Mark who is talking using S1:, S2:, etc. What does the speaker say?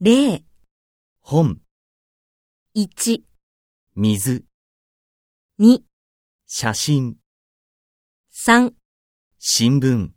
S1: 0、
S2: 本、
S1: 1、
S2: 水、
S1: 2、
S2: 写真、
S1: 3
S2: 新聞。